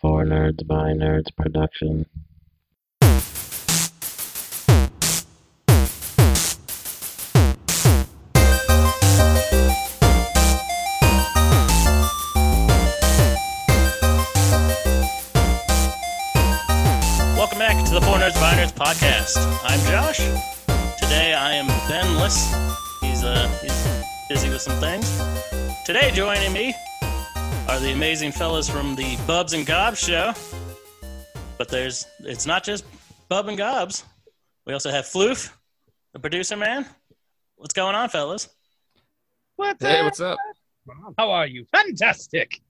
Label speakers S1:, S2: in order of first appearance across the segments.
S1: For Nerds by Nerds production.
S2: Welcome back to the Four Nerds by Nerds podcast. I'm Josh. Today I am Benless. He's uh he's busy with some things. Today joining me are the amazing fellas from the Bubs and Gobs show. But there's it's not just Bub and Gobs. We also have Floof, the producer man. What's going on, fellas?
S3: What's
S4: Hey,
S3: up?
S4: what's up?
S3: How are you? Fantastic.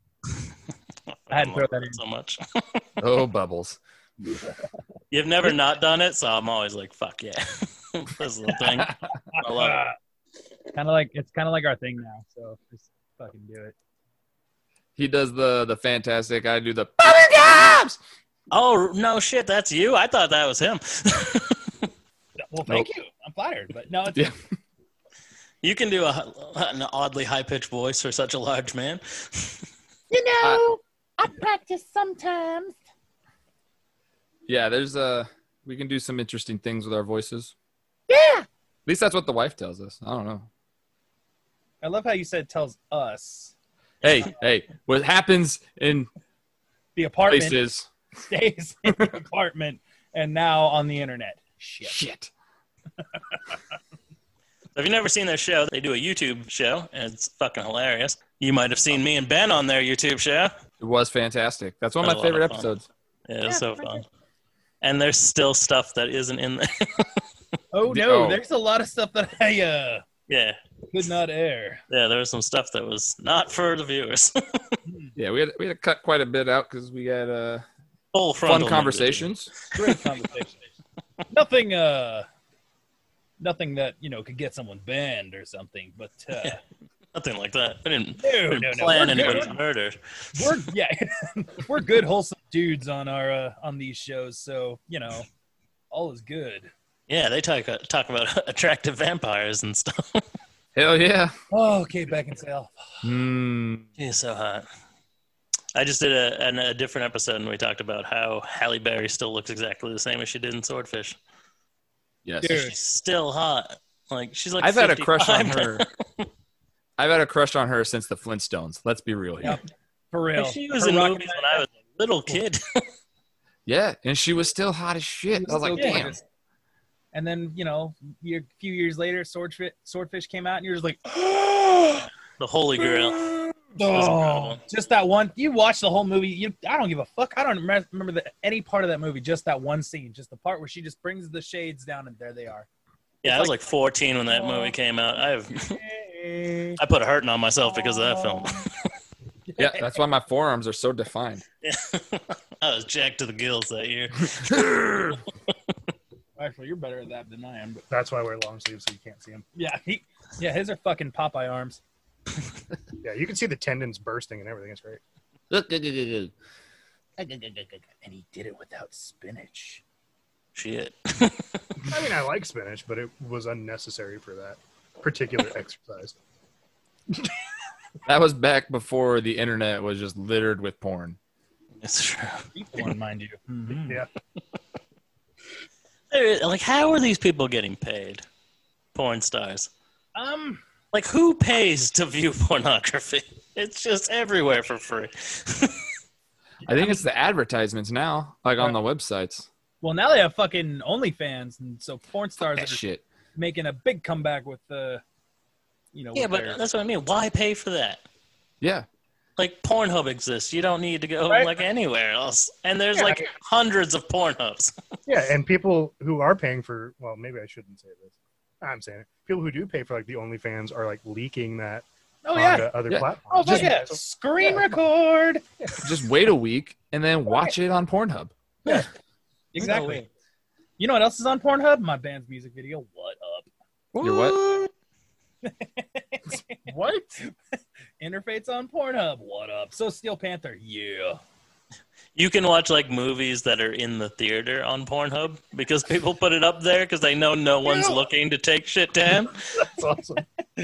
S3: I had to
S2: love
S3: throw that in.
S2: so much.
S4: Oh, Bubbles.
S2: You've never not done it, so I'm always like, fuck yeah. this little thing. I love it.
S3: kind of Uh, like it's kind of like our thing now. So just fucking do it.
S4: He does the the fantastic. I do the Bubble Gobs!
S2: Oh no shit, that's you? I thought that was him.
S3: Well, thank you. I'm flattered, but no, it's
S4: Yeah.
S2: You can do a, an oddly high pitched voice for such a large man.
S5: You know, I practice sometimes.
S4: Yeah, there's uh we can do some interesting things with our voices.
S5: Yeah.
S4: At least that's what the wife tells us. I don't know.
S3: I love how you said tells us
S4: Hey, hey, what happens in
S3: the apartment
S4: places?
S3: stays in the apartment and now on the internet. Shit.
S4: Shit.
S2: If you've never seen their show, they do a YouTube show, and it's fucking hilarious. You might have seen me and Ben on their YouTube show.
S4: It was fantastic. That's one of
S2: That was
S4: my
S2: a lot
S4: favorite
S2: of fun.
S4: episodes.
S2: Yeah, it was
S5: Yeah,
S2: so
S5: I
S2: fun.
S5: did.
S2: And there's still stuff that isn't in there.
S3: Oh
S4: The-
S3: no,
S4: oh.
S3: there's a lot of stuff that I uh,
S2: yeah,
S3: could not air.
S2: yeah, there was some stuff that was not for the viewers.
S4: Yeah, we had we had to cut quite a bit out because we had uh
S2: Full frontal
S4: fun
S2: nudity.
S4: conversations.
S3: Great conversation. nothing uh nothing that, you know, could get someone banned or something, but uh
S2: Nothing like that. We didn't,
S3: no,
S2: we
S3: no,
S2: didn't
S3: no.
S2: plan
S3: We're good.
S2: anybody's murder.
S3: we're yeah, we're good wholesome dudes on our uh, on these shows, so you know, all is good.
S2: Yeah, they talk talk about attractive vampires and stuff.
S4: Hell yeah.
S3: Oh, okay, back in sale.
S4: Hmm.
S2: He's so hot. I just did a, an, a different episode and we talked about how Halle Berry still looks exactly the same as she did in Swordfish.
S4: Yes.
S3: Dude.
S2: She's still hot. Like she's like
S4: I've had a crush on
S2: 55
S4: her. I've had a crush on her since the Flintstones. Let's be real here.
S3: For
S2: now.
S3: real,
S2: Like, she was
S3: Her
S2: in
S3: Rocket
S2: movies
S3: Man-
S2: when I was a little kid.
S4: Yeah, and she was still hot as shit. I was like,
S3: Yeah.
S4: damn.
S3: And then you know, year, a few years later, Swordfish Swordfish came out, and you're just like,
S2: the Holy Grail. was
S3: oh,
S2: incredible.
S3: just that one. You watch the whole movie. You, I don't give a fuck. I don't remem- remember the, any part of that movie. Just that one scene, just the part where she just brings the shades down, and there they are.
S2: Yeah, I was like 14 when that movie came out. I've I put a hurting on myself because of that film.
S4: Yeah, that's why my forearms are so defined.
S2: I was jacked to the gills that year.
S3: Actually, you're better at that than I am. But
S6: That's why I wear long sleeves so you can't see them.
S3: yeah, he, yeah, his are fucking Popeye arms.
S6: Yeah, you can see the tendons bursting and everything. It's great.
S3: and he did it without spinach.
S2: Shit.
S6: I mean, I like spinach, but it was unnecessary for that particular exercise.
S4: That was back before the internet was just littered with porn.
S2: It's true.
S3: Deep one, mind you.
S6: Yeah,
S2: There- Like, how are these people getting paid? Porn stars.
S3: Um,
S2: Like, who pays to view pornography? It's just everywhere for free.
S4: I think it's the advertisements now, like on the websites.
S3: well, now they have fucking OnlyFans, and so porn stars
S4: That
S3: are
S4: shit.
S3: making a big comeback with the, you know,
S2: yeah,
S3: with
S2: but
S3: their-
S2: that's what I mean. Why pay for that?
S4: Yeah.
S2: Like, Pornhub exists. You don't need to go
S3: Right.
S2: like anywhere else. And there's
S6: Yeah.
S2: like hundreds of Pornhubs.
S6: yeah, and people who are paying for well, maybe I shouldn't say this. I'm saying it. People who do pay for like the OnlyFans are like leaking that
S3: oh yeah,
S6: onto other
S4: Yeah.
S3: oh
S6: platforms.
S3: fuck yeah,
S6: So-
S3: screen record.
S4: Just wait a week and then watch it on Pornhub.
S3: Exactly. you know what else is on Pornhub? My band's music video. What up?
S4: Your what?
S3: What? Interface on Pornhub. What up? So Steel Panther. Yeah.
S2: You can watch like movies that are in the theater on Pornhub because people put it up there because they know no one's
S3: Yeah.
S2: looking to take shit down.
S6: That's awesome.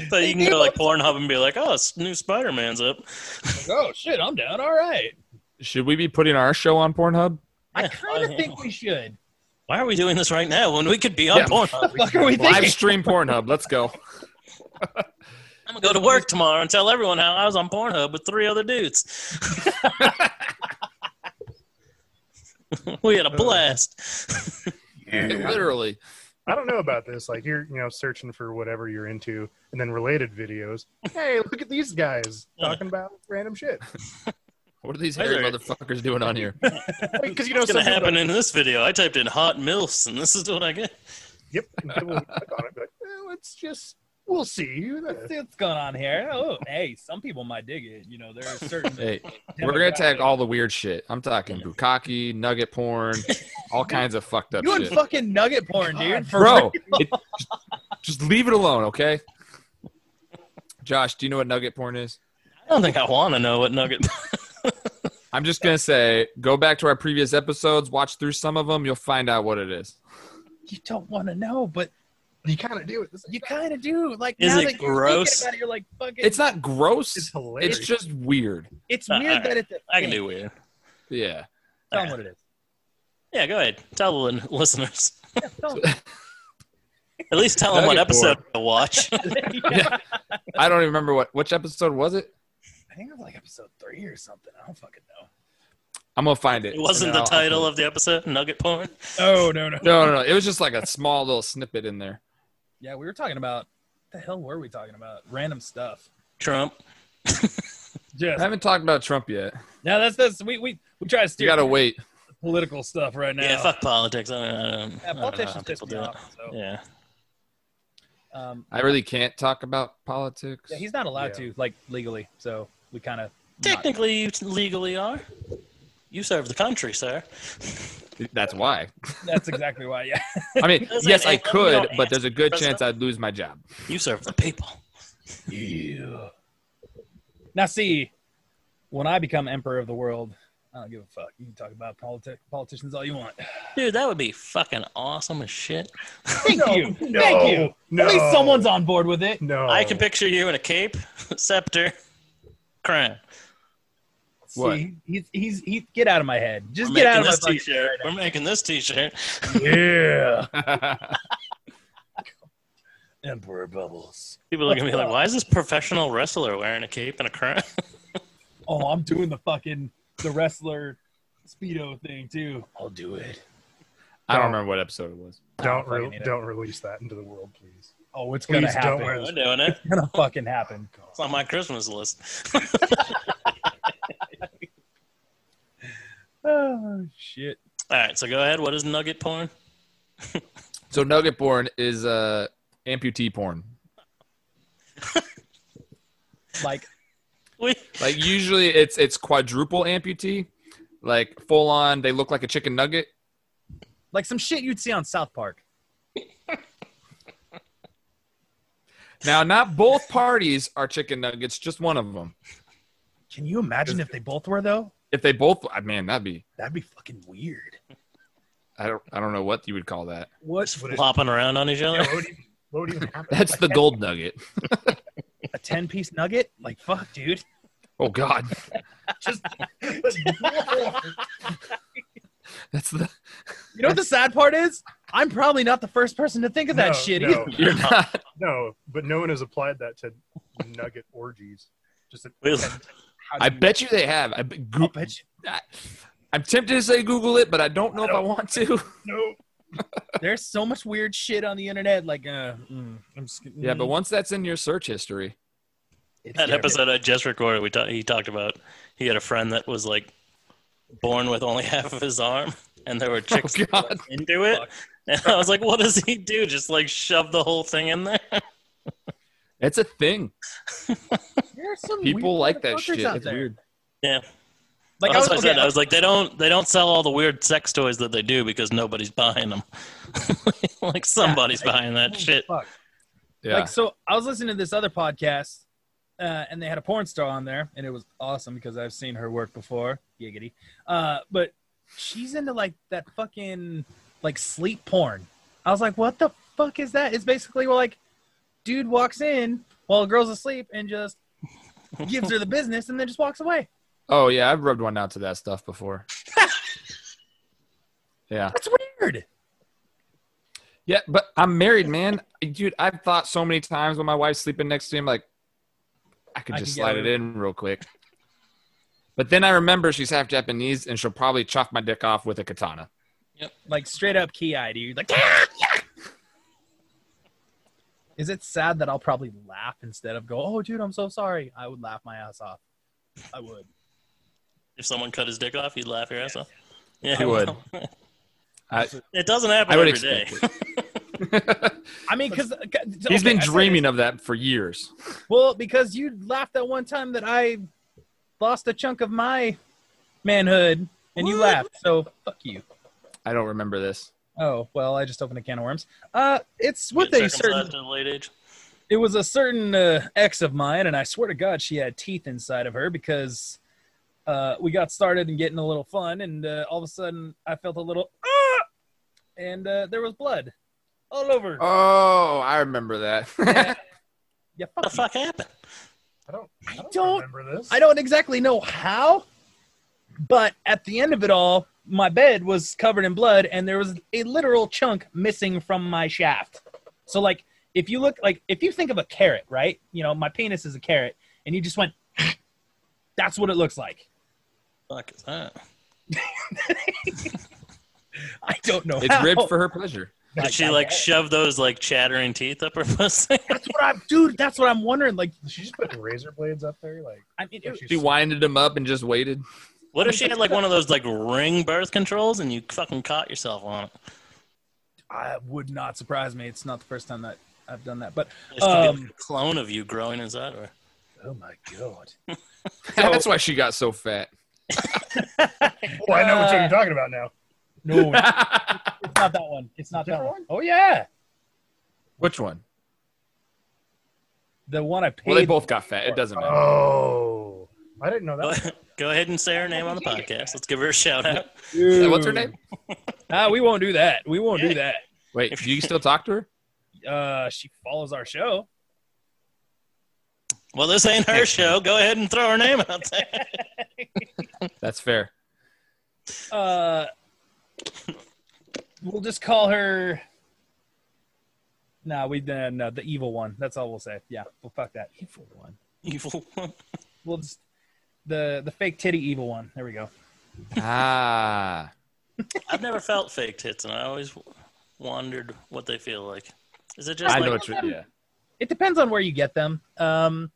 S2: So you can go to like Pornhub and be like, oh, s- new Spider Man's up.
S3: Like, oh shit, I'm down. All right.
S4: Should we be putting our show on Pornhub?
S3: I
S2: Yeah,
S3: kind
S2: I
S3: of think
S2: know.
S3: we should.
S2: Why are we doing this right now when we could be on
S4: Yeah.
S2: Pornhub?
S3: What the fuck are we
S4: Live
S3: thinking?
S4: stream Pornhub. Let's go.
S2: I'm gonna go to work tomorrow and tell everyone how I was on Pornhub with three other dudes. we had a blast.
S4: Literally.
S6: I don't know about this. Like you're, you know, searching for whatever you're into, and then related videos. Hey, look at these guys talking about random shit.
S4: What are these hairy
S2: Whether-
S4: motherfuckers doing on here?
S6: Because you know,
S2: What's
S6: some
S2: gonna
S6: people,
S2: happen in this video? I typed in hot milfs, and this is what I get.
S6: yep, and people will click on it. and be Like, eh, let's just, we'll see.
S3: Let's see what's going on here. Oh, hey, some people might dig it. You know, there are certain.
S4: Hey, we're gonna tag all the weird shit. I'm talking bukkake, nugget porn, all kinds of fucked up
S3: You and
S4: shit.
S3: fucking nugget porn, dude. For
S4: Bro, it, just leave it alone, okay? Josh, do you know what nugget porn is?
S2: I don't think I want to know what nugget.
S4: I'm just gonna say, go back to our previous episodes, watch through some of them, you'll find out what it is.
S3: you don't want to know, but
S6: You kind of do it. This
S3: you kind of do. Like
S2: Is
S3: now
S2: it
S3: that
S2: gross?
S3: you're thinking about it, you're like fucking.
S4: It's not gross.
S6: is
S4: It's,
S6: hilarious.
S4: just weird.
S3: it's
S2: Uh,
S3: weird
S2: alright.
S3: that it's. A
S2: I can
S3: thing.
S2: do weird.
S4: Yeah.
S3: Tell 'em what it is.
S2: Yeah, go ahead. Tell the listeners. At least tell them what
S4: Nugget
S2: episode to watch.
S4: Yeah. I don't even remember what which episode was it.
S3: I think it was like episode three or something. I don't fucking know.
S4: I'm gonna find it.
S2: It wasn't
S4: and
S2: the
S4: then I'll-
S2: title of the episode, Nugget Porn.
S3: Oh no no.
S4: No, no, no. It was just like a small little snippet in there.
S3: Yeah, we were talking about. The hell were we talking about? Random stuff.
S2: Trump.
S4: I
S3: Just
S4: haven't talked about Trump yet.
S3: now. That's that's we we we try to
S4: You
S3: steer
S4: gotta wait.
S3: political stuff right now.
S2: Yeah, fuck politics. I don't, I don't, I
S3: Yeah,
S2: don't know how
S3: politicians piss
S2: people
S3: me
S2: do it.
S3: off. So,
S2: Yeah.
S3: um,
S4: I really can't talk about politics.
S3: yeah, he's not allowed
S6: Yeah.
S3: to like legally. So we kind of
S2: Technically, you t- legally are. You serve the country, sir.
S4: That's why.
S3: That's exactly why. Yeah.
S4: I mean,
S2: Doesn't
S4: yes, I
S2: anyone
S4: could,
S2: know
S4: but there's a good
S2: answer?
S4: chance I'd lose my job.
S2: You serve the people.
S3: Now see, when I become emperor of the world, I don't give a fuck. You can talk about politi- politicians all you want.
S2: Dude, that would be fucking awesome as shit.
S3: Thank you.
S6: No.
S3: Thank you.
S6: No.
S3: At least someone's on board with it.
S6: No,
S2: I can picture you in a cape, scepter, crown.
S4: What?
S3: See, he's he's he. Get out of my head. Just
S2: We're
S3: get out
S2: making
S3: of my
S2: this
S3: fucking
S2: t-shirt. We're making this t-shirt.
S3: Yeah.
S4: I
S3: Emperor bubbles.
S2: People are gonna be like, "Why is this professional wrestler wearing a cape and a crown?"
S3: Oh, I'm doing the fucking the wrestler speedo thing too. I'll do it.
S4: don't remember what episode it was.
S6: don't
S3: I don't
S6: re-
S3: fucking need it.
S6: don't release that into the world, please.
S3: Oh, it's gonna
S6: Please don't
S3: happen.
S6: wear
S2: We're
S6: this.
S2: doing it.
S3: It's gonna fucking happen.
S2: It's on my Christmas list.
S3: Oh shit.
S2: All right, so go ahead. What is nugget porn?
S4: So nugget porn is uh amputee porn.
S3: Like
S2: We
S4: Like usually it's it's quadruple amputee, like full on. They look like a chicken nugget.
S3: like some shit you'd see on South Park.
S4: Now, not both parties are chicken nuggets. Just one of them.
S3: Can you imagine if they both were though?
S4: If they both, I man, that'd be.
S3: That'd be fucking weird.
S4: I don't. I don't know what you would call that.
S3: What
S6: What is-
S2: flopping around on each
S6: yeah,
S2: other.
S6: what, would even, what would even happen?
S4: That's the gold nugget.
S3: a ten piece nugget? Like fuck, dude.
S4: Oh God,
S3: you
S4: that's the.
S3: know what the sad part is? I'm probably not the first person to think of that
S6: No,
S3: shit
S6: no,
S3: either.
S4: You're not.
S6: No, but no one has applied that to nugget orgies. Just a,
S2: We-
S3: How do
S4: I
S3: you-
S4: bet you they have. I, be-
S3: I'll
S4: Goo-
S3: bet you-
S4: I, I'm tempted to say Google it, but I don't know
S6: I
S4: if I want to.
S6: no.
S3: There's so much weird shit on the internet. Like, uh, mm, I'm just,
S4: Yeah, but once that's in your search history,
S3: It's
S2: that
S3: weird.
S2: episode I just recorded, we talked. He talked about he had a friend that was like born with only half of his arm, and
S3: Oh,
S2: there were chicks that
S4: God.
S2: were into it. And I was like, "What does he do? Just like shove the whole thing in there?"
S4: it's a thing.
S3: There are some
S4: People
S3: weird
S4: like that
S3: motherfuckers
S4: shit.
S3: out
S4: It's
S3: there.
S4: weird.
S2: Yeah,
S3: Like I
S2: that's
S3: was,
S2: what I said.
S3: okay,
S2: I was like, "They don't. They don't sell all the weird sex toys that they do because nobody's buying them. like somebody's
S3: like-
S2: buying that
S3: oh,
S2: shit."
S3: fuck.
S4: Yeah.
S3: Like so, I was listening to this other podcast, uh, and they had a porn star on there, and it was awesome because I've seen her work before. Giggity. Uh, but she's into like that fucking like sleep porn. I was like, what the fuck is that? It's basically well, like, dude walks in while a girl's asleep and just gives her the business, and then just walks away.
S4: Oh yeah, I've rubbed one out to that stuff before. yeah.
S3: That's weird.
S4: Yeah, but I'm married, man. Dude, I've thought so many times when my wife's sleeping next to him, like, I could
S3: I
S4: just
S3: can get
S4: slide it
S3: it.
S4: in real quick. But then I remember she's half Japanese and she'll probably chop my dick off with a katana.
S3: Like straight up key eye, dude. Like, "Ah, yeah." Is it sad that I'll probably laugh instead of go, oh, dude, I'm so sorry? I would laugh my ass off. I would.
S2: If someone cut his dick off, you'd laugh your ass off. Yeah,
S4: He would.
S2: well,
S4: I,
S2: It doesn't happen
S4: I would
S2: every day.
S4: expect it.
S3: I mean, uh, because
S4: He's been dreaming of that for years.
S3: Well, because you laughed that one time that I lost a chunk of my manhood, and you
S2: What?
S3: laughed. So fuck you.
S4: I don't remember this.
S3: Oh well, I just opened a can of worms. Uh, it's with a
S2: Get circumcised
S3: certain.
S2: at a late age.
S3: It was a certain uh, ex of mine, and I swear to God, she had teeth inside of her because uh, we got started and getting a little fun, and uh, all of a sudden I felt a little, ah! and uh, there was blood all over.
S4: Oh, I remember that.
S3: yeah,
S2: What the
S3: fuck you.
S2: fuck happened?
S6: I don't. I don't,
S3: don't-
S6: remember this.
S3: I don't exactly know how, but at the end of it all, my bed was covered in blood and there was a literal chunk missing from my shaft. So like if you look like if you think of a carrot, right? You know, my penis is a carrot and you just went that's what it looks like.
S2: Fuck is that?
S3: I don't know.
S4: it's
S3: how.
S4: ribbed for her pleasure.
S2: Did she like shove those like chattering teeth up her pussy?
S3: that's what I'm dude, that's what I'm wondering. Like
S6: She just put razor blades up there, like.
S3: I mean
S6: like
S3: it,
S4: She winded him up and just waited.
S2: what if she had like one of those like ring birth controls and you fucking caught yourself on it?
S3: I would not surprise me. It's not the first time that I've done that. But
S2: It should be
S3: Um,
S2: like a clone of you growing inside of her.
S3: oh my god.
S4: That's why she got so fat.
S6: oh, I know which one
S3: Uh,
S6: you're talking about now.
S3: No, it's not that one. It's not that
S6: Different
S3: one. Oh yeah.
S4: Which one?
S3: The one I paid.
S4: Well, they both got fat. It doesn't matter.
S6: Oh, I didn't know that.
S2: Go,
S6: one.
S2: go ahead and say her name on the podcast. Let's give her a shout out.
S3: Dude.
S4: What's her name?
S3: Ah, we won't do that. We won't
S2: Yeah.
S3: do that.
S4: Wait, do you still talk to her?
S3: Uh, she follows our show.
S2: Well, this ain't her show. Go ahead and throw her name out there.
S4: That's fair.
S3: Uh, we'll just call her. Nah, we uh, no the evil one. That's all we'll say. Yeah, well, fuck that evil one.
S2: Evil.
S3: We'll just the the fake titty evil one. There we go.
S4: Ah,
S2: I've never felt fake tits, and I always w- wondered what they feel like. Is it just
S4: I
S2: like
S4: know what you're. Yeah.
S3: It depends on where you get them. Um,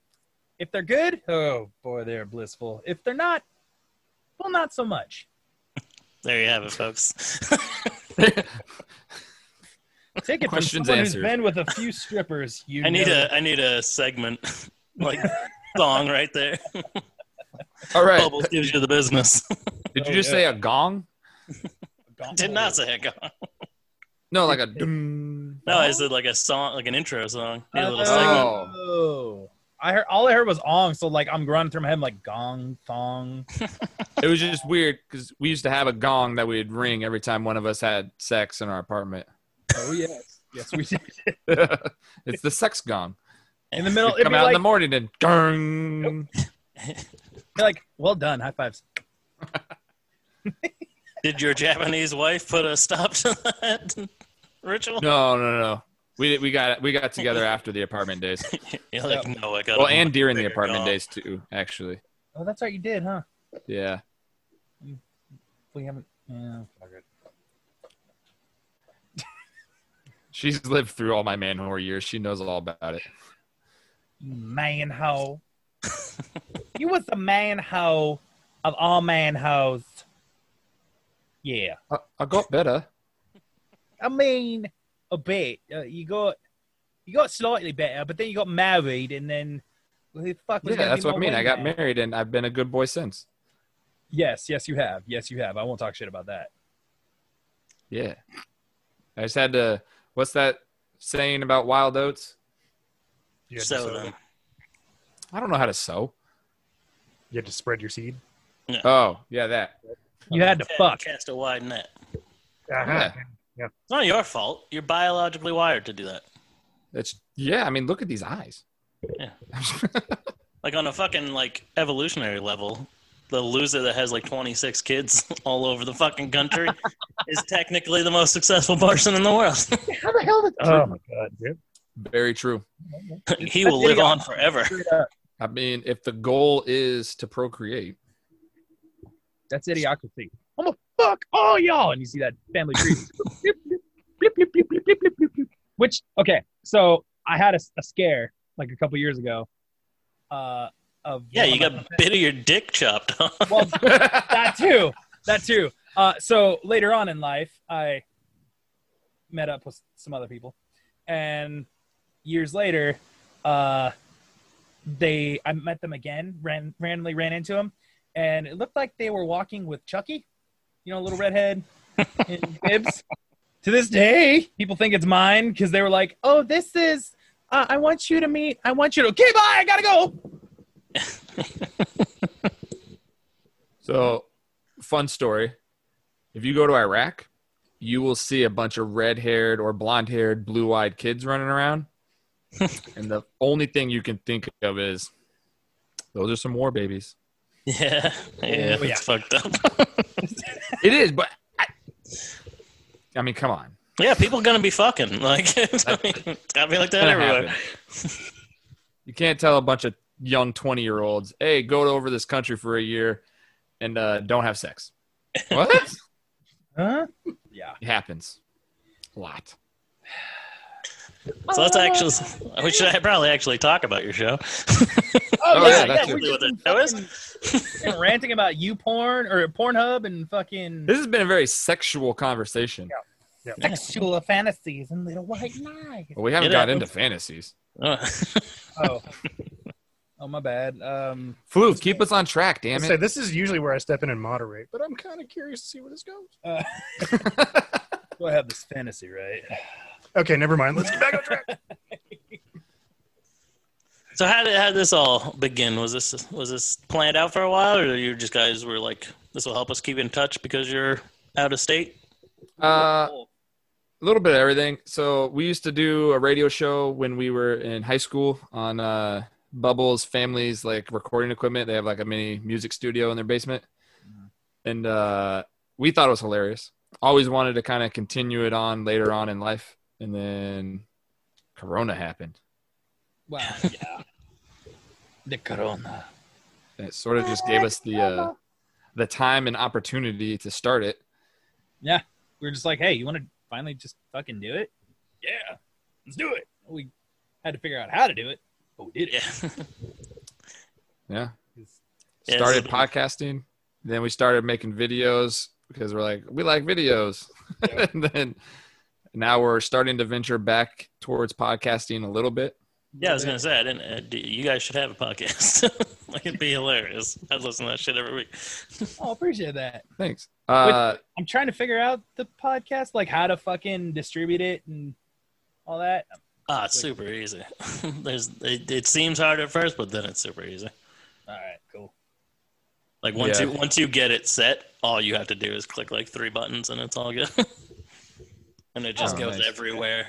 S3: if they're good, oh boy, they're blissful. If they're not, well, not so much.
S2: there you have it, folks?
S3: Take it from
S4: Questions
S3: someone
S4: answered.
S3: who's been with a few strippers. You
S2: I need
S3: know.
S2: a I need a segment like song right there.
S4: All right.
S2: Bubbles gives you the business.
S4: Did
S3: Oh,
S4: you just
S3: yeah.
S4: say a gong?
S2: Did not say a gong.
S4: No, like a. doom.
S2: No, I said like a song, like an intro song. Need a little segment.
S4: segment.
S3: Uh, Oh. I heard all I heard was ong, so like I'm grinding through my head I'm like gong thong.
S4: It was just weird because we used to have a gong that we'd ring every time one of us had sex in our apartment.
S3: Oh yes. yes we did.
S4: it's the sex gong.
S3: In the middle
S4: It'd
S3: it'd
S4: come
S3: be
S4: out in
S3: like,
S4: the morning and gong.
S3: be like, well done, high fives.
S2: Did your Japanese wife put a stop to that ritual?
S4: No, no, no. We we got we got together after the apartment days.
S2: You're like, no, I got.
S4: Well, and during the
S2: bigger
S4: apartment
S2: gong.
S4: days too, actually.
S3: Oh that's right you did, huh?
S4: Yeah.
S3: We haven't yeah, fuck it.
S4: She's lived through all my man whore years. She knows all about it.
S3: man hoe. you was the man hoe of all man hoes. Yeah.
S4: I, I got better.
S3: I mean, a bit. Uh, you got you got slightly better, but then you got married, and then who the fuck was
S4: Yeah,
S3: gonna
S4: that's
S3: be
S4: what I
S3: my
S4: mean. I got
S3: wingman?
S4: married and I've been a good boy since.
S3: Yes, yes, you have. Yes, you have. I won't talk shit about that.
S4: Yeah. I just had to. What's that saying about wild oats?
S6: You had, to
S2: So um,
S6: sow,
S3: uh,
S2: then,
S4: I don't know how to sew.
S6: you had to spread your seed.
S4: Oh, yeah, that.
S3: You had to
S2: ca-
S3: fuck.
S2: Cast a wide net.
S6: Uh-huh.
S2: It's not your fault. You're biologically wired to do that.
S4: That's yeah. I mean, look at these eyes.
S2: Yeah. Like on a fucking like evolutionary level, the loser that has like 26 kids all over the fucking country is technically the most successful person in the world.
S5: How the hell did
S6: Oh my god, dude.
S4: Very true.
S2: he will live on forever.
S4: I mean, if the goal is to procreate,
S3: That's idiocracy. I'm gonna fuck all y'all, and you see that family tree. Bleep, bleep, bleep, bleep, bleep, bleep, bleep, bleep, bleep. Which okay, so I had a, a scare like a couple years ago. Uh, of
S2: Yeah, you got a bit of your dick chopped off.
S3: well, that too. That too. Uh, so later on in life, I met up with some other people, and years later, uh, they I met them again. Ran randomly ran into them, and it looked like they were walking with Chucky, you know, little redhead in bibs. To this day, people think it's mine because they were like, "Oh, this is." Uh, I want you to meet. I want you to. Okay, bye. I gotta go.
S4: So, fun story. If you go to Iraq, you will see a bunch of red haired or blonde haired, blue eyed kids running around. and the only thing you can think of is those are some war babies.
S2: Yeah, yeah,
S3: Oh, yeah.
S2: it's fucked up.
S4: It is, but I, I mean, come on.
S2: Yeah, people gonna be fucking like. I mean, it's gotta be like that
S4: Gonna
S2: everywhere.
S4: You can't tell a bunch of young 20 year olds, hey, go over this country for a year and uh, don't have sex. What? it
S3: Huh? Yeah.
S4: happens a lot.
S2: So that's
S5: Oh,
S2: actually we should probably actually talk about your show.
S4: Oh, yeah, that's
S3: we
S4: it.
S3: just
S2: What
S3: been
S2: that was?
S3: fucking- we've been ranting about you porn or Pornhub and fucking
S4: This has been a very sexual conversation.
S3: sexual fantasies and little white.
S5: White lies.
S4: But we haven't
S2: It
S4: got into
S2: happens.
S4: fantasies.
S2: Oh.
S3: Oh, oh my bad. Um,
S4: Floof, keep us on track,
S6: I
S4: damn
S6: say
S4: it.
S6: this is usually where I step in and moderate, but I'm kind of curious to see where this goes.
S3: uh, do I have this fantasy right?
S6: Okay, never mind. Let's get back on track.
S2: So how did how did this all begin? Was this was this planned out for a while, or you just guys were like, "This will help us keep in touch because you're out of state"?
S4: Uh, a little bit of everything. So we used to do a radio show when we were in high school on uh, Bubbles Families like recording equipment. They have like a mini music studio in their basement, and uh, we thought it was hilarious. Always wanted to kind of continue it on later on in life, and then Corona happened.
S3: Wow. Yeah. The corona.
S4: And it sort of just gave us the uh, the time and opportunity to start it.
S3: We were just like, hey, you want to finally just fucking do it? Yeah, let's do it. We had to figure out how to do it, but we did
S2: Yeah,
S3: it.
S4: Yeah.
S3: It's-
S2: Yeah,
S4: started
S2: so-
S4: podcasting. Then we started making videos because we're like, we like videos. and then now we're starting to venture back towards podcasting a little bit.
S2: yeah. I was gonna say, I didn't. Uh, d- you guys should have a podcast. like, it'd be hilarious. I'd listen to that shit every week.
S3: Oh, appreciate that.
S4: Thanks. Uh,
S3: I'm trying to figure out the podcast, like how to fucking distribute it and all that.
S2: Ah, it's super easy. There's. It, it seems hard at first, but then it's super easy.
S3: All right, cool.
S2: Like once
S4: Yeah.
S2: you once you get it set, all you have to do is click like three buttons, and it's all good. and it just
S4: Oh,
S2: goes
S4: nice.
S2: everywhere.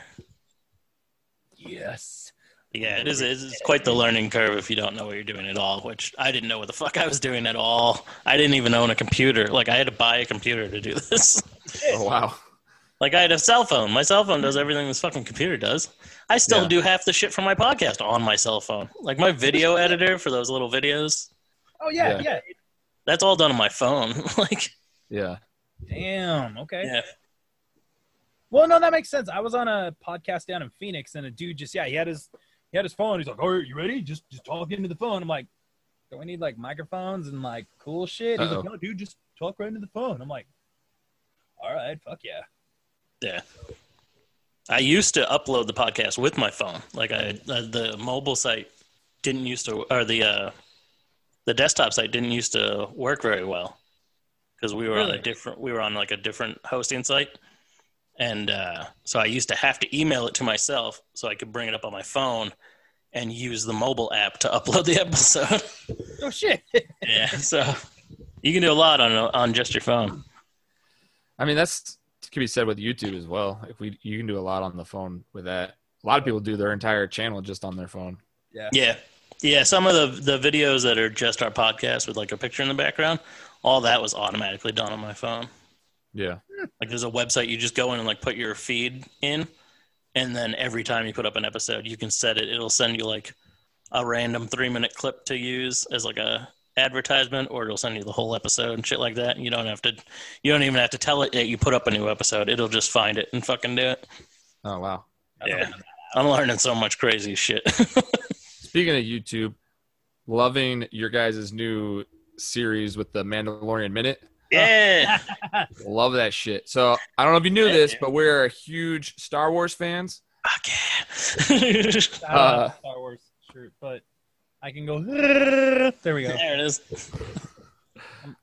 S3: Yes.
S2: Yeah, it is. It is quite the learning curve if you don't know what you're doing at all. Which I didn't know what the fuck I was doing at all. I didn't even own a computer. Like I had to buy a computer to do this.
S4: oh, wow.
S2: Like I had a cell phone. My cell phone does everything this fucking computer does. I still
S4: Yeah.
S2: do half the shit for my podcast on my cell phone. Like my video editor for those little videos.
S3: Oh yeah,
S4: Yeah.
S3: yeah.
S2: That's all done on my phone. like
S4: Yeah.
S3: Damn. Okay.
S2: yeah,
S3: Well, no, that makes sense. I was on a podcast down in Phoenix, and a dude just yeah, he had his he had his phone. He's like, "All right, you ready? Just just talk into the phone." I'm like, "Do we need like microphones and like cool shit?" He's
S4: Uh-oh.
S3: like, "No, dude, just talk right into the phone." I'm like, "All right, fuck yeah."
S2: yeah. I used to upload the podcast with my phone. Like I uh, the mobile site didn't used to or the uh the desktop site didn't used to work very well because we were on a
S3: Really?
S2: different we were on like a different hosting site and uh, so i used to have to email it to myself so i could bring it up on my phone and use the mobile app to upload the episode
S3: Oh shit.
S2: yeah so you can do a lot on on just your phone
S4: I mean, that's could be said with YouTube as well. If we, you can do a lot on the phone with that. A lot of people do their entire channel just on their phone.
S2: yeah Yeah, some of the the videos that are just our podcast with like a picture in the background, all that was automatically done on my phone.
S4: Yeah.
S2: Like there's a website you just go in and like put your feed in, and then every time you put up an episode, you can set it. It'll send you like a random three minute clip to use as like a advertisement, or it'll send you the whole episode and shit like that. You don't have to, you don't even have to tell it that you put up a new episode. It'll just find it and fucking do it.
S4: Oh wow.
S2: Yeah, I'm learning so much crazy shit.
S4: Speaking of YouTube, loving your guys' new series with the Mandalorian Minute.
S2: yeah,
S4: Love that shit. So I don't know if you knew
S2: Yeah,
S4: this,
S2: dude.
S4: but we're huge Star Wars fans.
S2: fuck yeah.
S3: I don't have
S4: Uh,
S3: a Star Wars shirt, but I can go. There we go.
S2: there it is.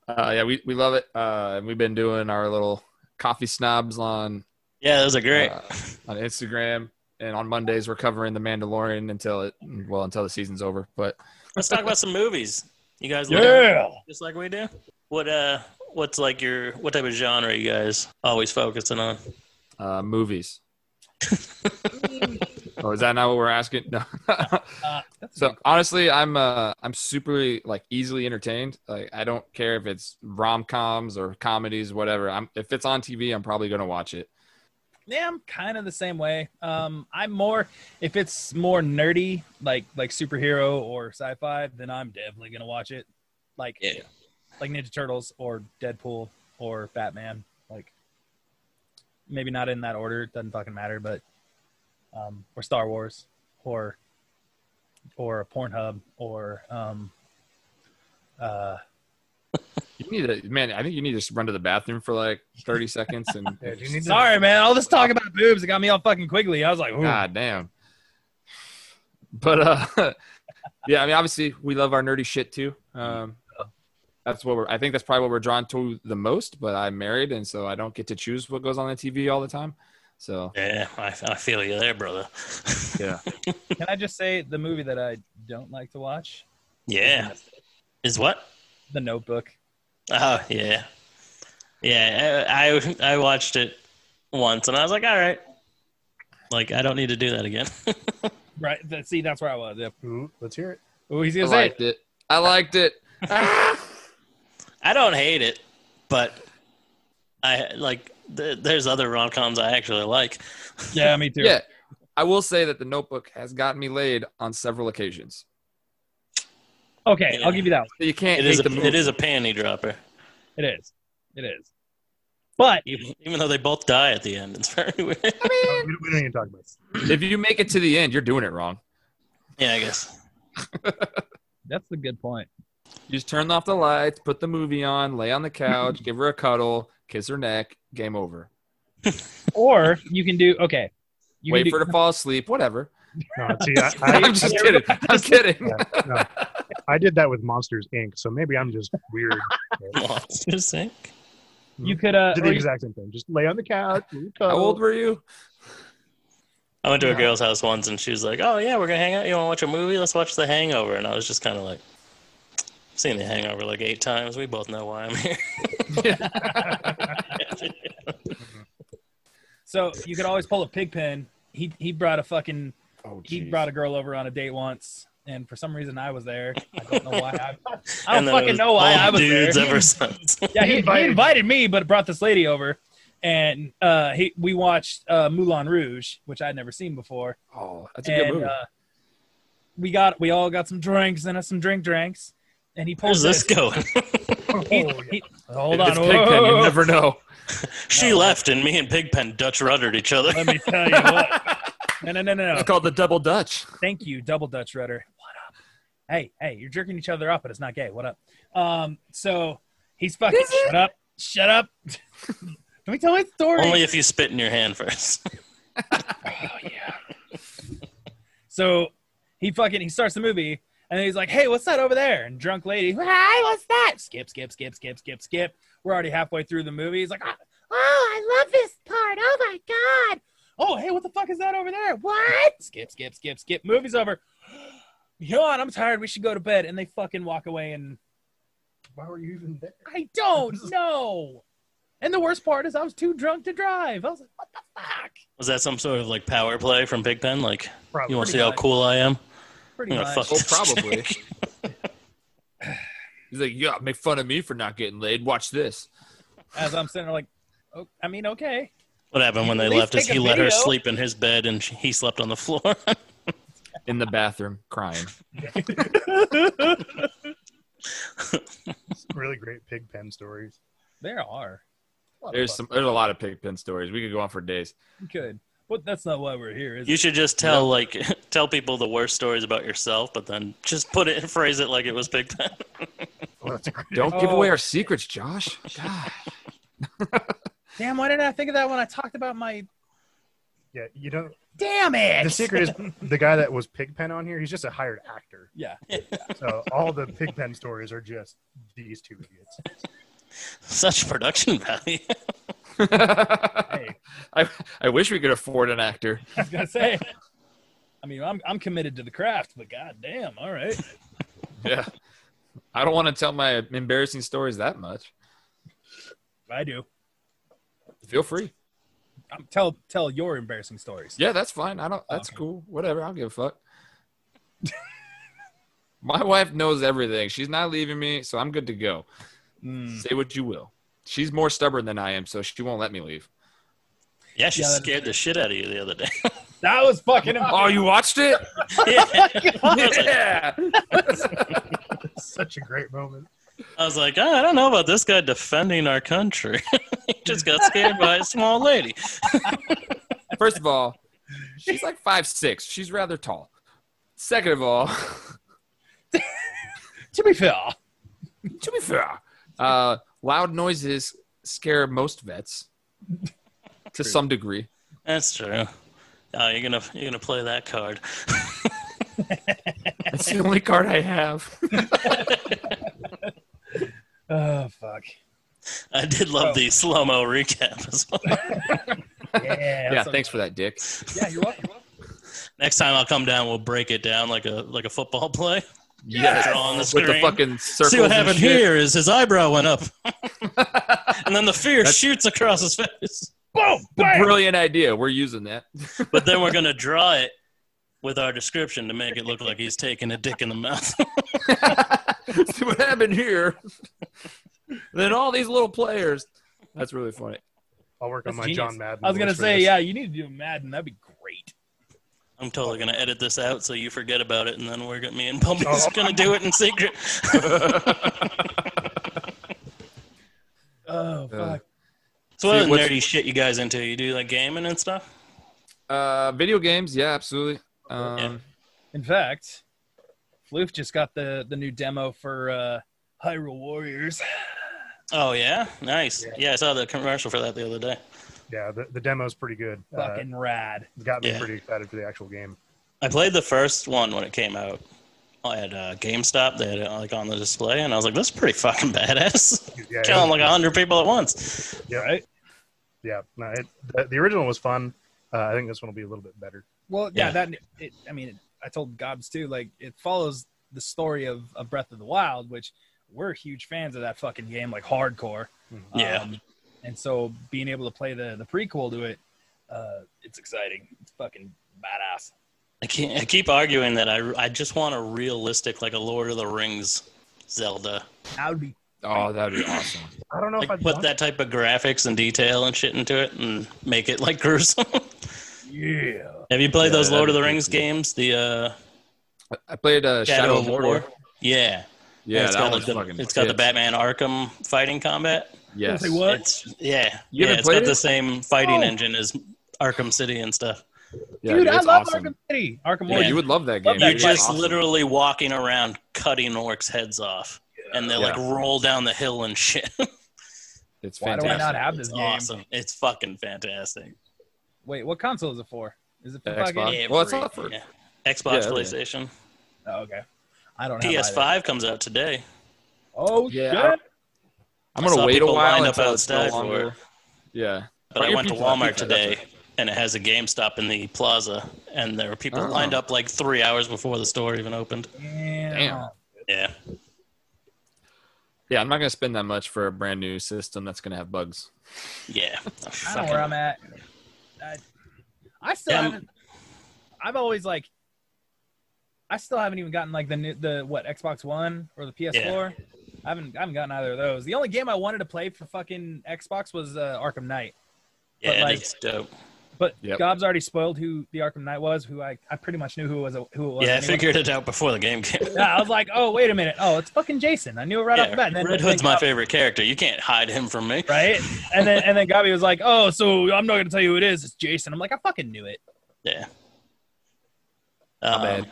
S4: Uh, yeah, we, we love it. Uh, and we've been doing our little coffee snobs on
S2: Yeah, those are great.
S4: uh, on Instagram, and on Mondays we're covering the Mandalorian until it well until the season's over. But
S2: Let's talk about some movies. You guys love just like we do. What uh, what's like your what type of genre you guys always focusing on?
S4: uh, movies. oh, is that not what we're asking? No.
S3: Uh, that's
S4: so honestly, I'm uh, I'm super like easily entertained. Like I don't care if it's rom coms or comedies, whatever. I'm if it's on TV, I'm probably gonna watch it.
S3: Yeah, I'm kind of the same way. Um, I'm more if it's more nerdy, like like superhero or sci-fi, then I'm definitely gonna watch it. Like
S2: Yeah.
S3: like Ninja Turtles or Deadpool or Batman. Like maybe not in that order. It doesn't fucking matter. But um, or Star Wars or or Pornhub or um, uh,
S4: You need to man. I think you need to just run to the bathroom for like 30 seconds and
S6: Yeah, do you need to-
S3: sorry man, all this talk about boobs it got me all fucking quickly. I was like, ooh.
S4: God damn. But uh yeah, I mean obviously we love our nerdy shit too. Um that's what we're I think that's probably what we're drawn to the most, but I'm married and so I don't get to choose what goes on the TV all the time. So
S2: Yeah, I, I feel you there, brother.
S4: yeah.
S3: Can I just say the movie that I don't like to watch?
S2: yeah, is what?
S3: The Notebook.
S2: Oh yeah, yeah. I, I I watched it once and I was like, all right, like I don't need to do that again.
S3: Right. That, see, that's where I was. Yep.
S6: Ooh, let's hear it.
S3: Oh, he's
S4: I
S3: gonna say.
S4: liked it. I liked it.
S2: I don't hate it, but I like. Th- there's other rom coms I actually like.
S3: Yeah, me too.
S4: yeah. I will say that the notebook has gotten me laid on several occasions.
S3: Okay, I'll give you that one.
S4: You can't
S2: It is
S4: hate the
S2: a,
S4: movie.
S2: it is a panty dropper.
S3: It is. It is. But
S2: Even, even though they both die at the end, it's very weird.
S6: No, Oh, we, don't, we don't even talk about this.
S4: if you make it to the end, you're doing it wrong.
S2: yeah, I guess.
S3: that's the good point.
S4: You just turn off the lights, put the movie on, lay on the couch, give her a cuddle, kiss her neck, game over.
S3: Or you can do okay. You
S4: Wait
S3: can
S4: for her to fall asleep, whatever.
S6: No, see, I,
S4: I'm
S6: I,
S4: just kidding. I'm kidding.
S6: yeah, no. I did that with Monsters Inc. So maybe I'm just weird.
S2: Monster Inc.
S3: you could uh
S6: Did
S3: or
S6: the
S3: you-
S6: exact same thing. Just lay on the couch. you
S4: How
S6: cuddle.
S4: old were you?
S2: I went to a
S6: No.
S2: girl's house once, and she was like, "Oh yeah, we're gonna hang out. You want to watch a movie? Let's watch The Hangover." And I was just kind of like, "I've "Seen The Hangover like eight times. We both know why I'm here."
S3: so you could always pull a pig pen. He he brought a fucking
S4: Oh,
S3: he
S4: jeez.
S3: brought a girl over on a date once and for some reason I was there. I don't know why I, I
S2: And
S3: don't
S2: then it
S3: fucking
S2: was
S3: know why
S2: all
S3: I was
S2: dudes
S3: there.
S2: ever since.
S3: yeah, he, he
S6: invited
S3: invited,
S6: you.
S3: me, but brought this lady over, and uh, he we watched uh, Moulin Rouge, which I'd never seen before,
S4: Oh, that's a good
S3: and
S4: movie.
S3: uh, we got we all got some drinks and us some drink drinks, and he
S2: Where's this
S3: pulls this.
S2: going?
S3: He, he, hold
S4: If
S3: on,
S4: it's Pigpen,
S3: whoa.
S4: you never know.
S2: she
S3: No.
S2: left, and me and Pigpen Dutch ruddered each other.
S3: let me tell you what. No, no, no, no, no.
S4: It's called the double dutch.
S3: Thank you, double Dutch rudder. What up? Hey, hey, you're jerking each other off, but it's not gay. What up? Um, so he's fucking. Shut up! Shut up! Let me tell my story.
S2: Only if you spit in your hand first.
S3: So he fucking he starts the movie and then he's like, "Hey, what's that over there?" And drunk lady, "Hi, what's that?" Skip, skip, skip, skip, skip, skip. We're already halfway through the movie. He's like, "Ah,
S5: Oh, I love this part. Oh my god.
S3: "Oh, hey, what the fuck is that over there?"
S5: What?
S3: Skip, skip, skip, skip. Movie's over. Yawn. I'm tired. We should go to bed. And they fucking walk away. And
S6: Why were you even there?
S3: I don't know. And the worst part is, I was too drunk to drive. I was like, "What the fuck?"
S2: Was that some sort of like power play from Pigpen? Like,
S6: Probably.
S2: you want to see
S3: Pretty
S2: how
S3: much.
S2: cool I am?
S3: Pretty
S2: Yeah, fuck.
S3: much.
S4: Oh, probably. He's like, yeah, make fun of me for not getting laid. Watch this.
S3: As I'm sitting there, like, oh, I mean, okay.
S2: What happened when they
S3: At least
S2: left is
S3: take a
S2: he let her
S3: video.
S2: sleep in his bed and she, he slept on the floor.
S4: In the bathroom, crying.
S6: Really great pig pen stories.
S3: There are. A lot of
S4: There's
S3: fuck.
S4: some. There's a lot of pig pen stories. We could go on for days.
S3: We could. But that's not why we're here, is
S2: you
S3: it?
S2: should just tell like tell people the worst stories about yourself, but then just put it phrase it like it was Pigpen.
S6: Well, that's a great
S4: Don't give
S3: Oh.
S4: away our secrets, Josh. God.
S3: Damn, why didn't I think of that when I talked about my.
S6: Yeah, you know
S3: Damn it!
S6: the secret is the guy that was Pigpen on here. He's just a hired actor.
S3: Yeah.
S6: So all the Pigpen stories are just these two idiots.
S2: Such production value.
S4: I, I wish we could afford an actor.
S3: I was gonna say. I mean, I'm I'm committed to the craft, but goddamn, all right.
S4: Yeah. I don't want to tell my embarrassing stories that much.
S3: I do.
S4: Feel free.
S3: I'm tell tell your embarrassing stories.
S4: Yeah, that's fine. I don't. That's cool. Whatever. I don't give a fuck. my wife knows everything. She's not leaving me, so I'm good to go.
S3: Mm.
S4: Say what you will. She's more stubborn than I am, so she won't let me leave.
S2: Yeah, she
S3: Yeah, that-
S2: scared the shit out of you the other day.
S3: That was fucking embarrassing.
S4: Oh, you watched it?
S2: yeah. I, was like,
S4: yeah.
S6: Such a great moment.
S2: I was like, "Oh, I don't know about this guy defending our country. he just got scared by a small lady.
S4: First of all, she's like five six. She's rather tall. Second of all,
S3: to be fair.
S4: to be fair, uh, loud noises scare most vets to some degree.
S2: That's true. Oh, you're gonna you're gonna play that card.
S4: That's the only card I have.
S3: Oh fuck.
S2: I did love
S3: Oh.
S2: the slow mo recap as well.
S3: Yeah.
S4: yeah,
S3: so-
S4: thanks for that, Dick.
S3: Yeah, you're welcome.
S2: Next time I'll come down, we'll break it down like a like a football play.
S4: Yeah,
S2: Draw on the
S4: with the
S2: screen.
S4: fucking circles.
S2: See what
S4: and
S2: happened
S4: shit.
S2: here is his eyebrow went up, and then the fear
S4: That's-
S2: shoots across his face.
S3: Boom! Bam!
S4: Brilliant idea. We're using that.
S2: But then we're gonna draw it with our description to make it look like he's taking a dick in the mouth.
S4: See what happened here. then all these little players. That's really funny.
S6: I'll work on
S3: That's
S6: my
S3: genius.
S6: John Madden.
S3: I was gonna
S6: voice for
S3: say,
S6: this.
S3: yeah, you need to do Madden. That'd be great.
S2: I'm totally gonna edit this out so you forget about it, and then we're gonna me and Bumble's
S6: Oh.
S2: gonna do it in secret.
S3: Oh fuck.
S2: so what
S4: See,
S2: other
S4: what's-
S2: nerdy shit you guys into? You do like gaming and stuff?
S4: Uh, video games, yeah, absolutely. Um,
S3: In fact, Floof just got the the new demo for uh, Hyrule Warriors.
S2: Oh yeah, nice. Yeah. I saw the commercial for that the other day.
S6: yeah. The, the demo's pretty good. Uh,
S3: fucking rad.
S6: it's got me
S2: Yeah.
S6: pretty excited for the actual game.
S2: I played the first one when it came out. At uh, GameStop, they had it like on the display, and I was like, "That's pretty fucking badass."
S6: Yeah,
S2: Killing like hundred people at once.
S6: yeah,
S3: Right.
S6: yeah. No, it, the, the original was fun. Uh, I think this one will be a little bit better.
S3: Well, yeah,
S2: Yeah.
S3: that it, I mean, I told Gobs too. Like, it follows the story of, of Breath of the Wild, which we're huge fans of that fucking game, like hardcore.
S4: Mm-hmm.
S6: Mhm.
S2: Yeah.
S3: Um, and so being able to play the the prequel to it, uh, it's exciting. It's fucking badass.
S2: I, can't, I keep arguing that I, I just want a realistic, like a Lord of the Rings Zelda.
S3: That would be
S4: oh, that'd be awesome.
S6: I don't know if
S2: Like
S6: I'd
S2: put
S6: want
S2: that type of graphics and detail and shit into it, and make it like gruesome.
S3: yeah.
S2: Have you played
S4: Yeah,
S2: those Lord
S4: that'd
S2: of the
S4: be
S2: Rings
S4: cool.
S2: games? The uh,
S4: I played uh, Shadow,
S2: Shadow,
S4: of
S2: of
S4: Mordor.
S2: War. Yeah,
S4: Yeah,
S2: it's
S4: that
S2: got,
S4: one's
S2: like,
S4: fucking.
S2: the, it's got the
S4: tits.
S2: Batman Arkham fighting combat.
S4: Yes.
S3: Say what?
S2: It's yeah,
S4: You
S2: yeah.
S4: haven't
S2: It's got
S4: played
S2: the
S4: it?
S2: same fighting
S3: Oh.
S2: engine as Arkham City and stuff.
S4: Yeah,
S3: dude, I
S4: it's
S3: love
S4: awesome.
S3: Arkham City. Arkham
S4: Yeah,
S3: Origins.
S4: you would love that game.
S3: Love that
S2: You're
S4: It's
S3: game.
S2: just
S4: awesome.
S2: literally walking around cutting orcs' heads off, and they
S4: Yeah.
S2: like roll down the hill and shit.
S4: It's
S3: Why do
S4: fantastic.
S3: I not have this
S2: It's
S3: game?
S2: awesome. It's fucking fantastic.
S3: Wait, what console is it for? Is it for
S4: Xbox.
S3: fucking?
S4: Yeah. Uh, Well, it's not for-
S2: yeah. Xbox,
S4: Yeah,
S2: PlayStation,
S3: Oh, okay. I don't have either.
S2: PS5 comes out today.
S3: Oh
S4: Yeah,
S3: yeah.
S4: I don't- I'm
S2: I
S4: gonna
S2: saw
S4: wait a
S2: people
S4: while
S2: lined up
S4: until it's no
S2: outside for it.
S4: longer. Yeah.
S2: But
S4: Or
S2: I
S4: your
S2: went to
S4: pizza, your
S2: Walmart
S4: pizza,
S2: today,
S4: that's
S2: and it has a GameStop in the plaza, and there were people
S4: Oh.
S2: lined up like three hours before the store even opened.
S3: Damn.
S2: Yeah,
S4: Yeah, I'm not gonna spend that much for a brand new system that's gonna have bugs.
S2: yeah.
S3: I don't know where I'm at. I, I still
S2: Yeah, I'm-
S3: haven't. I've always like I still haven't even gotten like the new, the what Xbox One or the PS4. I haven't I haven't gotten either of those. The only game I wanted to play for fucking Xbox was uh, Arkham Knight,
S2: Yeah,
S3: But, like-
S2: it's dope.
S3: but
S4: Yep.
S3: Gob's already spoiled who the Arkham Knight was. Who I, I pretty much knew who it was who it was.
S2: Yeah, I
S3: anyway.
S2: figured it out before the game came.
S3: Yeah, I was like, oh wait a minute, oh it's fucking Jason. I knew it right off
S2: yeah,
S3: the bat. And then
S2: Red
S3: then
S2: Hood's my
S3: Gob-
S2: favorite character. You can't hide him from me.
S3: Right, and then and then Gobby was like, "Oh, so I'm not gonna tell you who it is. It's Jason." I'm like, "I fucking knew it."
S2: Yeah.
S4: My bad.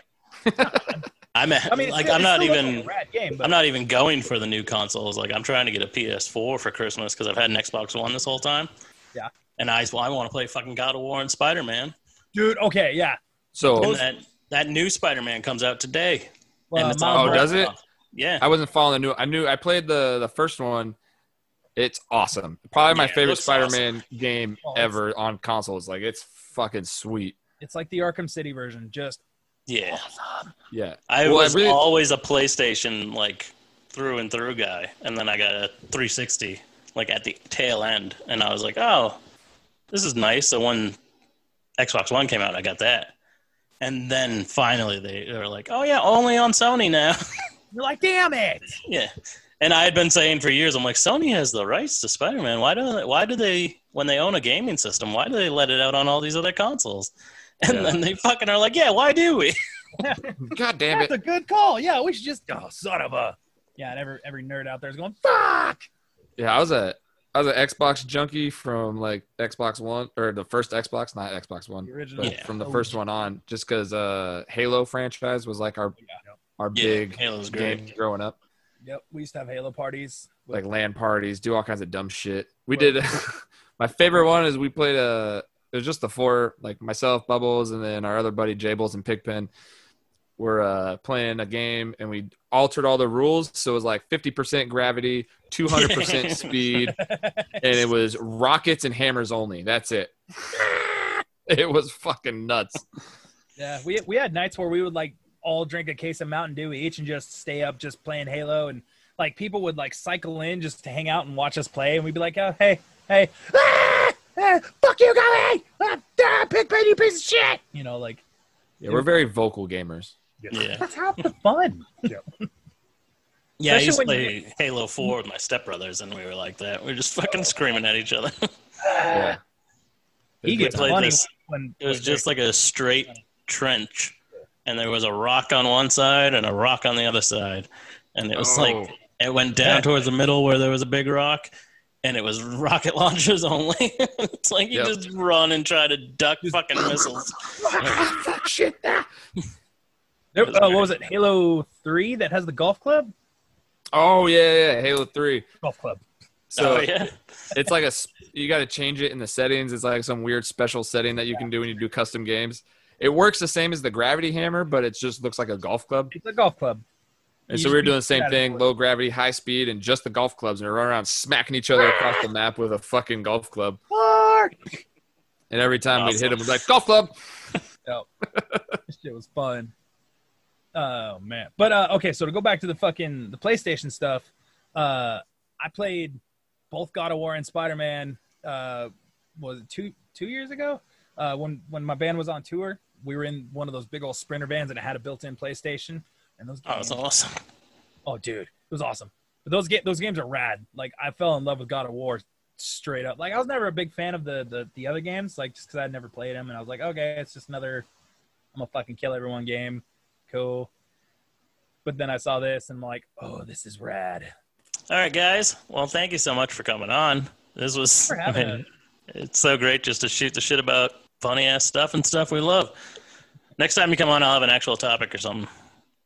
S2: Um, I'm at,
S3: I mean, it's
S2: like
S3: still-
S2: I'm
S3: it's
S2: not
S3: still, like, a
S2: even
S3: rad game, but
S2: I'm not even going for the new consoles. Like I'm trying to get a PS4 for Christmas because I've had an Xbox One this whole time.
S3: Yeah.
S2: And I I want to play fucking God of War and Spider Man.
S3: dude. Okay, yeah.
S4: So
S2: And that that new Spider Man comes out today.
S3: Well,
S2: and it's
S3: Miles
S2: on
S4: Oh,
S3: Morales-
S4: does it?
S2: Yeah.
S4: I wasn't following the new. I knew I played the the first one. It's awesome. Probably my
S2: Yeah, it
S4: favorite
S2: looks
S4: Spider-Man game
S3: Oh, it's-
S4: ever on consoles. Like it's fucking sweet.
S3: It's like the Arkham City version, just
S2: Yeah.
S4: Yeah.
S2: I
S4: Well, I
S2: was
S4: really-
S2: always a PlayStation like through and through guy, and then I got a 360 like at the tail end, and I was like, oh, this is nice. So when Xbox One came out, I got that, and then finally they were like, oh yeah, only on Sony now.
S3: you're like, "Damn it!"
S2: yeah, and I had been saying for years, I'm like, Sony has the rights to Spider-Man. Why do they, why do they when they own a gaming system, why do they let it out on all these other consoles? And
S4: Yeah.
S2: then they fucking are like, yeah, why do we?
S4: God damn
S3: That's
S4: it.
S3: a good call. Yeah, we should just. Oh, son of a. Yeah, and every every nerd out there is going, "Fuck!"
S4: Yeah, I was a I was an Xbox junkie from like Xbox One or the first Xbox, not Xbox One,
S3: The original.
S4: but
S2: Yeah.
S4: from the first one on, just because uh, Halo franchise was like our
S3: Yeah.
S4: our
S2: Yeah,
S4: big
S2: Halo's great.
S4: game growing up.
S3: Yep, we used to have Halo parties. with-
S4: like land parties, do all kinds of dumb shit. We
S3: Well-
S4: did. my favorite one is we played a. It was just the four, like myself, Bubbles, and then our other buddy Jables and Pigpen. Were uh, playing a game and we altered all the rules, so it was like fifty percent gravity, two hundred percent speed, and it was rockets and hammers only. That's it. it was fucking nuts.
S3: yeah, we we had nights where we would like all drink a case of Mountain Dew each and just stay up just playing Halo and like people would like cycle in just to hang out and watch us play and we'd be like, "Oh, hey, hey,
S5: Ah! Ah! fuck you, Gummy! Ah, ah, Pigpen, you piece of shit!
S3: you know, like
S4: Yeah, we're very vocal gamers.
S2: Yeah.
S3: let's have the fun."
S2: Yeah, I used to
S3: Especially when
S2: play Halo 4 with my stepbrothers, and we were like that. We were just fucking screaming at each other.
S4: Yeah.
S3: He
S4: We
S3: gets
S2: played
S3: funny
S2: this-
S3: when
S2: It was just like a straight trench, and there was a rock on one side and a rock on the other side. And it was like,
S4: Oh.
S2: it went down towards the middle where there was a big rock, and it was rocket launchers only. it's like you
S4: Yep.
S2: just run and try to duck fucking missiles.
S5: Ah, fuck shit! Ah.
S3: There- uh, what was it? Halo Three that has the golf club.
S4: Oh yeah, yeah, Halo Three.
S3: Golf club.
S4: So
S2: oh, yeah.
S4: it's like a s- you got to change it in the settings. It's like some weird special setting that you can do when you do custom games. It works the same as the gravity hammer, but it just looks like a golf club.
S3: It's a golf club. You
S4: And so
S3: just
S4: we were
S3: beat
S4: doing the
S3: shit
S4: same
S3: out of
S4: thing:
S3: it.
S4: low gravity, high speed, and just the golf clubs. And we we're running around smacking each other across the map with a fucking golf club. And every time we'd hit
S2: Awesome.
S4: them, we'd be like golf club.
S3: This shit was fun. Oh man. But uh okay, so to go back to the fucking the PlayStation stuff, uh I played both God of War and Spider Man uh was it two two years ago? Uh when when my band was on tour, we were in one of those big old sprinter vans and it had a built in PlayStation and those
S2: Oh,
S3: games,
S2: it's awesome.
S3: oh dude, it was awesome. But those ga- those games are rad. Like I fell in love with God of War straight up. Like I was never a big fan of the the, the other games, like just because I'd never played them, and I was like, okay, it's just another I'm gonna fucking kill everyone game, cool. But then I saw this and I'm like, oh, this is rad.
S2: All right, guys. Well, thank you so much for coming on. This was
S3: For having
S2: I mean, it's so great just to shoot the shit about funny ass stuff and stuff we love. Next time you come on, I'll have an actual topic or something.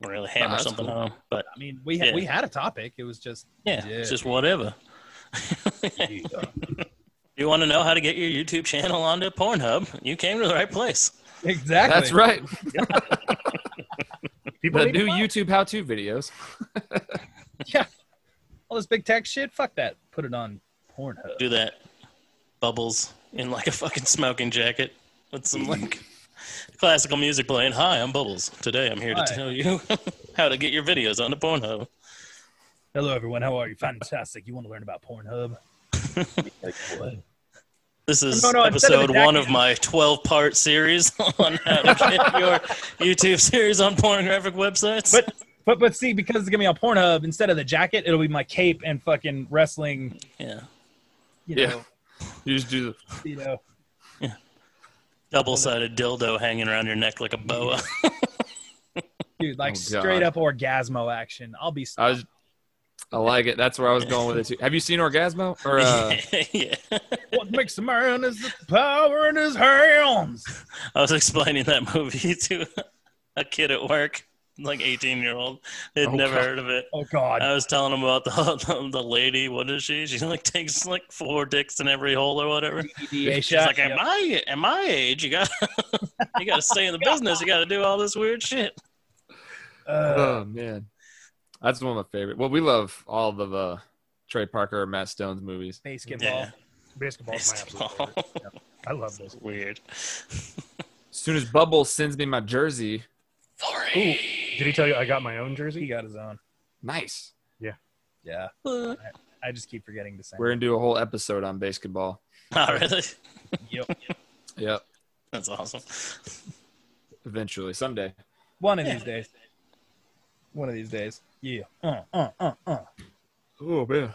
S2: Really hammer
S4: that's
S2: something
S4: cool.
S2: home, but
S3: I mean, we ha-
S2: Yeah.
S3: we had a topic. It was just
S2: yeah,
S3: Yeah.
S2: it's just whatever. you want to know how to get your YouTube channel onto Pornhub? You came to the right place.
S3: exactly
S4: That's right.
S6: People
S4: The
S6: need
S4: new YouTube how-to videos.
S3: All this big tech shit, fuck that. Put it on Pornhub.
S2: Do that. Bubbles in like a fucking smoking jacket with some like classical music playing. Hi, I'm Bubbles. Today I'm here
S3: Hi.
S2: to tell you how to get your videos onto Pornhub.
S3: Hello, everyone. How are you? Fantastic. You want to learn about Pornhub? Like, what?
S2: This is
S3: No, no, instead of
S2: episode one
S3: attacking
S2: of my 12 part series on how to get your YouTube series on pornographic websites.
S3: But but but see, because it's gonna be on Pornhub, instead of the jacket, it'll be my cape and fucking wrestling.
S2: yeah,
S3: You
S4: Yeah.
S3: know,
S4: You just do
S3: you know.
S2: double sided dildo hanging around your neck like a boa.
S3: Dude, like
S4: Oh, God.
S3: straight up orgasmo action. I'll be.
S4: I was, I like it. That's where I was going with it too. Have you seen Orgasmo? Or uh,
S2: yeah.
S3: What makes a man is the power in his hands.
S2: I was explaining that movie to a kid at work, like 18 year old. They'd
S4: Oh,
S2: never
S4: God.
S2: heard of it.
S3: Oh God.
S2: I was telling him about the, the lady. What is she? She like takes like four dicks in every hole or whatever.
S3: PDA
S2: She's
S3: shot.
S2: like, at
S3: Yep.
S2: my at my age, you got you got to stay in the business. You got to do all this weird shit.
S3: Uh,
S4: oh man, that's one of my favorite. Well, we love all of uh, Trey Parker, and Matt Stone's movies.
S3: basketball.
S2: Yeah,
S6: Basketball is my absolute
S2: Basketball.
S6: favorite. I love
S2: It's
S6: this.
S2: weird.
S4: As soon as Bubble sends me my jersey,
S6: Ooh, did he tell you I got my own
S3: He
S6: jersey?
S3: got his own.
S4: nice.
S3: Yeah.
S2: All
S3: I just keep forgetting to say.
S4: We're gonna do a whole episode on basketball.
S2: right,
S3: Yep.
S4: Yep,
S2: that's awesome.
S4: eventually someday.
S3: One of these days. One of these days. Yeah. Uh, uh, uh, uh.
S4: Oh man,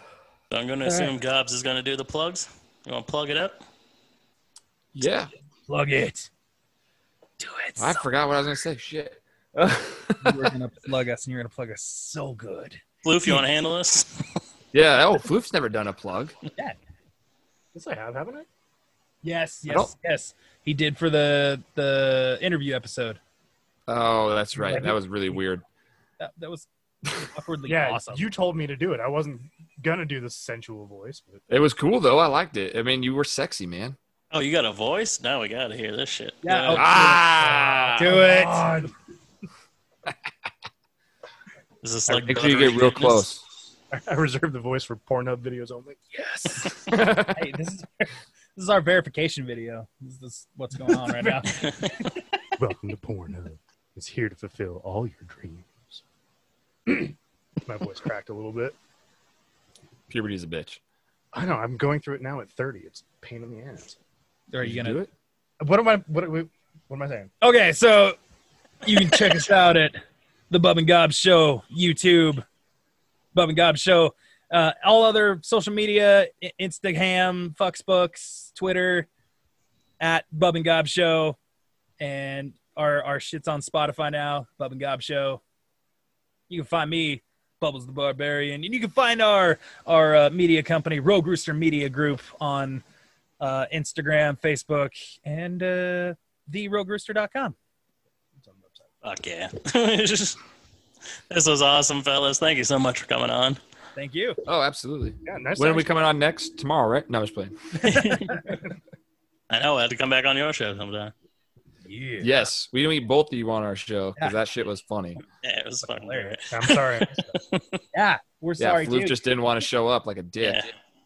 S2: So I'm going to
S3: All
S2: assume Gobbs is going to do the plugs. You want to plug it up?
S4: yeah.
S3: Plug it. Do it.
S4: I forgot what I was gonna say. Shit.
S3: you are gonna plug us, and you're gonna plug us so good.
S2: Bloof, you want to handle this?
S4: yeah. Oh, Floof's never done a plug.
S6: Yes, I have, haven't I?
S3: Yes,
S4: I don't-
S3: yes, yes. He did for the the interview episode.
S4: Oh, that's right. That was really weird.
S3: That, that was awkwardly
S6: yeah,
S3: awesome.
S6: you told me to do it. I wasn't gonna do the sensual voice, but
S4: It was cool though. I liked it. I mean, you were sexy, man.
S2: Oh, you got a voice? Now we got to hear this shit.
S3: Yeah,
S2: Uh,
S3: okay.
S4: Ah,
S3: do it.
S6: God.
S2: is this like
S4: make sure you get real close.
S6: I reserve the voice for Pornhub videos only.
S4: Yes.
S3: Hey, this is this is our verification video. This is what's going on right now.
S6: Welcome to Pornhub. It's here to fulfill all your dreams. My voice cracked a little bit.
S4: Puberty's a bitch.
S6: I know. I'm going through it now at 30. It's a pain in the ass.
S3: Are you gonna?
S4: do it?
S6: What am I? What, what, what am I saying?
S3: Okay, so you can check us out at the Bub and Gob Show YouTube, Bub and Gob Show, uh, all other social media, I- Instagram, Fucksbooks, Twitter, at Bub and Gob Show, and our our shit's on Spotify now, Bub and Gob Show. You can find me, Bubbles the Barbarian, and you can find our our uh, media company, Rogue Rooster Media Group, on uh, Instagram, Facebook, and. Uh, therogerooster.com.
S2: Fuck yeah. this was awesome, fellas. Thank you so much for coming on.
S3: Thank you.
S4: Oh, absolutely.
S6: Yeah, nice.
S4: When are we coming on next? Tomorrow, right? No, I was playing.
S2: I know. I had to come back on your show sometime.
S3: Yeah.
S4: Yes, we need both of you on our show because that shit was funny.
S2: Yeah, it was fucking hilarious.
S6: I'm sorry.
S3: Yeah. We're
S4: Yeah,
S3: sorry,
S4: Floof
S3: dude.
S4: just didn't want to show up like a dick.
S2: Yeah.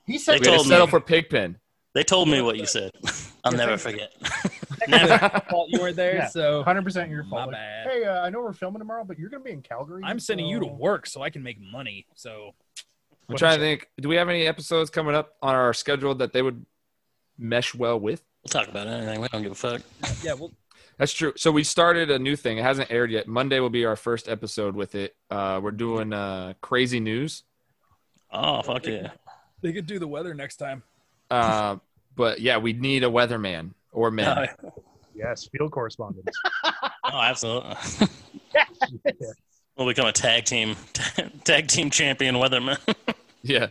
S6: He
S4: We
S6: said
S2: They
S4: had to
S2: told me.
S4: settle for Pigpen.
S2: They told me what you said. I'll
S6: Yeah,
S2: never
S6: thank
S2: forget. Never.
S3: fault you were there,
S6: Yeah.
S3: so
S6: 100% your fault.
S3: my
S6: Like,
S3: bad.
S6: hey, uh, I know we're filming tomorrow, but you're gonna be in Calgary.
S3: I'm sending you to
S6: so-
S3: work so I can make money. So
S4: I'm trying to think. Do we have any episodes coming up on our schedule that they would mesh well with?
S2: We'll talk about anything. We don't give a fuck.
S3: yeah, well,
S4: That's true. So we started a new thing. It hasn't aired yet. Monday will be our first episode with it. Uh, we're doing uh, crazy news.
S2: Oh, fuck yeah.
S3: they could do the weather next time.
S4: Uh, but yeah, we need a weatherman or men.
S2: Oh,
S6: Yes, field correspondence.
S2: oh, absolutely. We'll become a tag team, tag team champion weatherman.
S4: yeah.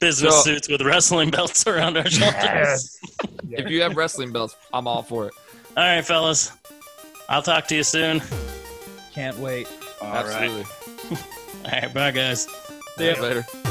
S2: Business
S4: So-
S2: suits with wrestling belts around our shoulders.
S6: yes.
S4: If you have wrestling belts, I'm all for it.
S2: All right, fellas. I'll talk to you soon.
S3: Can't wait.
S2: All right.
S4: Absolutely.
S2: All right, bye, guys.
S4: See you later.